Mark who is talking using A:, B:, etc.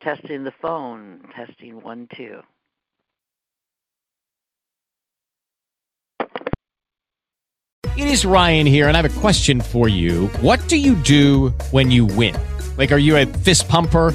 A: Testing the phone, testing one, two.
B: It is Ryan here, and I have a question for you. What do you do when you win? Like, are you a fist pumper?